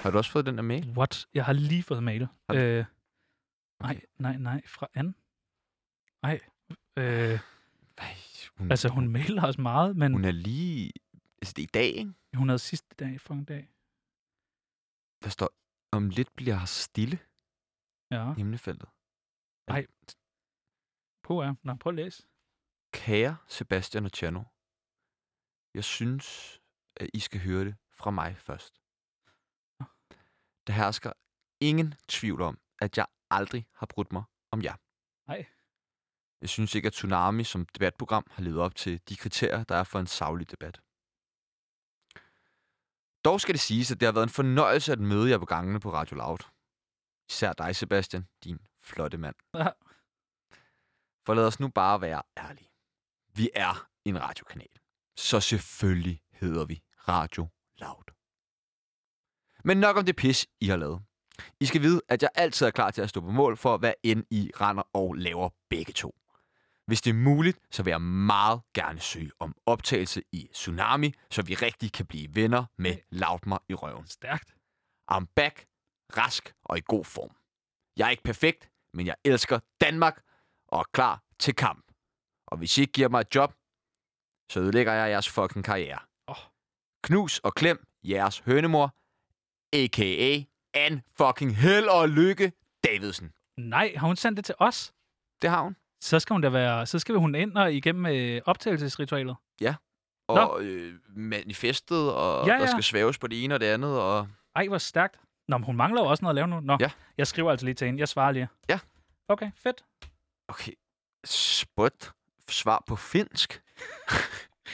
Har du også fået den der mail? What? Jeg har lige fået mail. Har du- Øh, nej, nej, nej. Fra Anne. Nej. Øh, Ej, hun, altså, hun mailer os meget, men hun, hun er lige... Altså, det er i dag, ikke? hun havde sidste dag for en dag. Der står, om lidt bliver her stille Ja, i emnefeltet. på er. Nå, prøv at læse. Kære Sebastian og Tjerno, jeg synes, at I skal høre det fra mig først. Der hersker ingen tvivl om, at jeg aldrig har brudt mig om jer. Nej. Jeg synes ikke, at Tsunami som debatprogram har levet op til de kriterier, der er for en savlig debat. Dog skal det siges, at det har været en fornøjelse at møde jer på gangene på Radio Loud. Især dig, Sebastian, din flotte mand. Ja. For lad os nu bare være ærlige. Vi er en radiokanal. Så selvfølgelig hedder vi Radio Loud. Men nok om det pis, I har lavet. I skal vide, at jeg altid er klar til at stå på mål for, hvad end I render og laver begge to. Hvis det er muligt, så vil jeg meget gerne søge om optagelse i Tsunami, så vi rigtig kan blive venner med Lautmer i røven. Stærkt. I'm back, rask og i god form. Jeg er ikke perfekt, men jeg elsker Danmark og er klar til kamp. Og hvis I ikke giver mig et job, så ødelægger jeg jeres fucking karriere. Åh. Knus og klem jeres hønemor, a.k.a. Anne fucking held og lykke Davidsen. Nej, har hun sendt det til os? Det har hun. Så skal hun da være, så skal hun ind og igennem øh, optagelsesritualet. Og øh, manifestet, og ja, Ja, ja. der ja. skal svæves på det ene og det andet. Og... Ej, hvor stærkt. Nå, men hun mangler jo også noget at lave nu. Nå, Ja. jeg skriver altså lige til hende. Jeg svarer lige. Ja. Okay, fedt. Okay, spot svar på finsk.